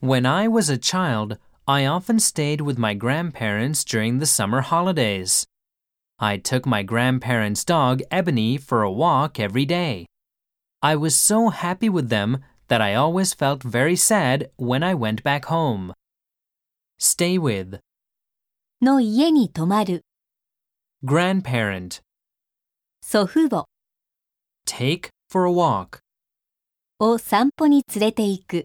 When I was a child, I often stayed with my grandparents during the summer holidays. I took my grandparents' dog, Ebony, for a walk every day. I was so happy with them that I always felt very sad when I went back home. Stay with の家に泊まる、 grandparent, 祖父母 take for a walk. を散歩に連れて行く。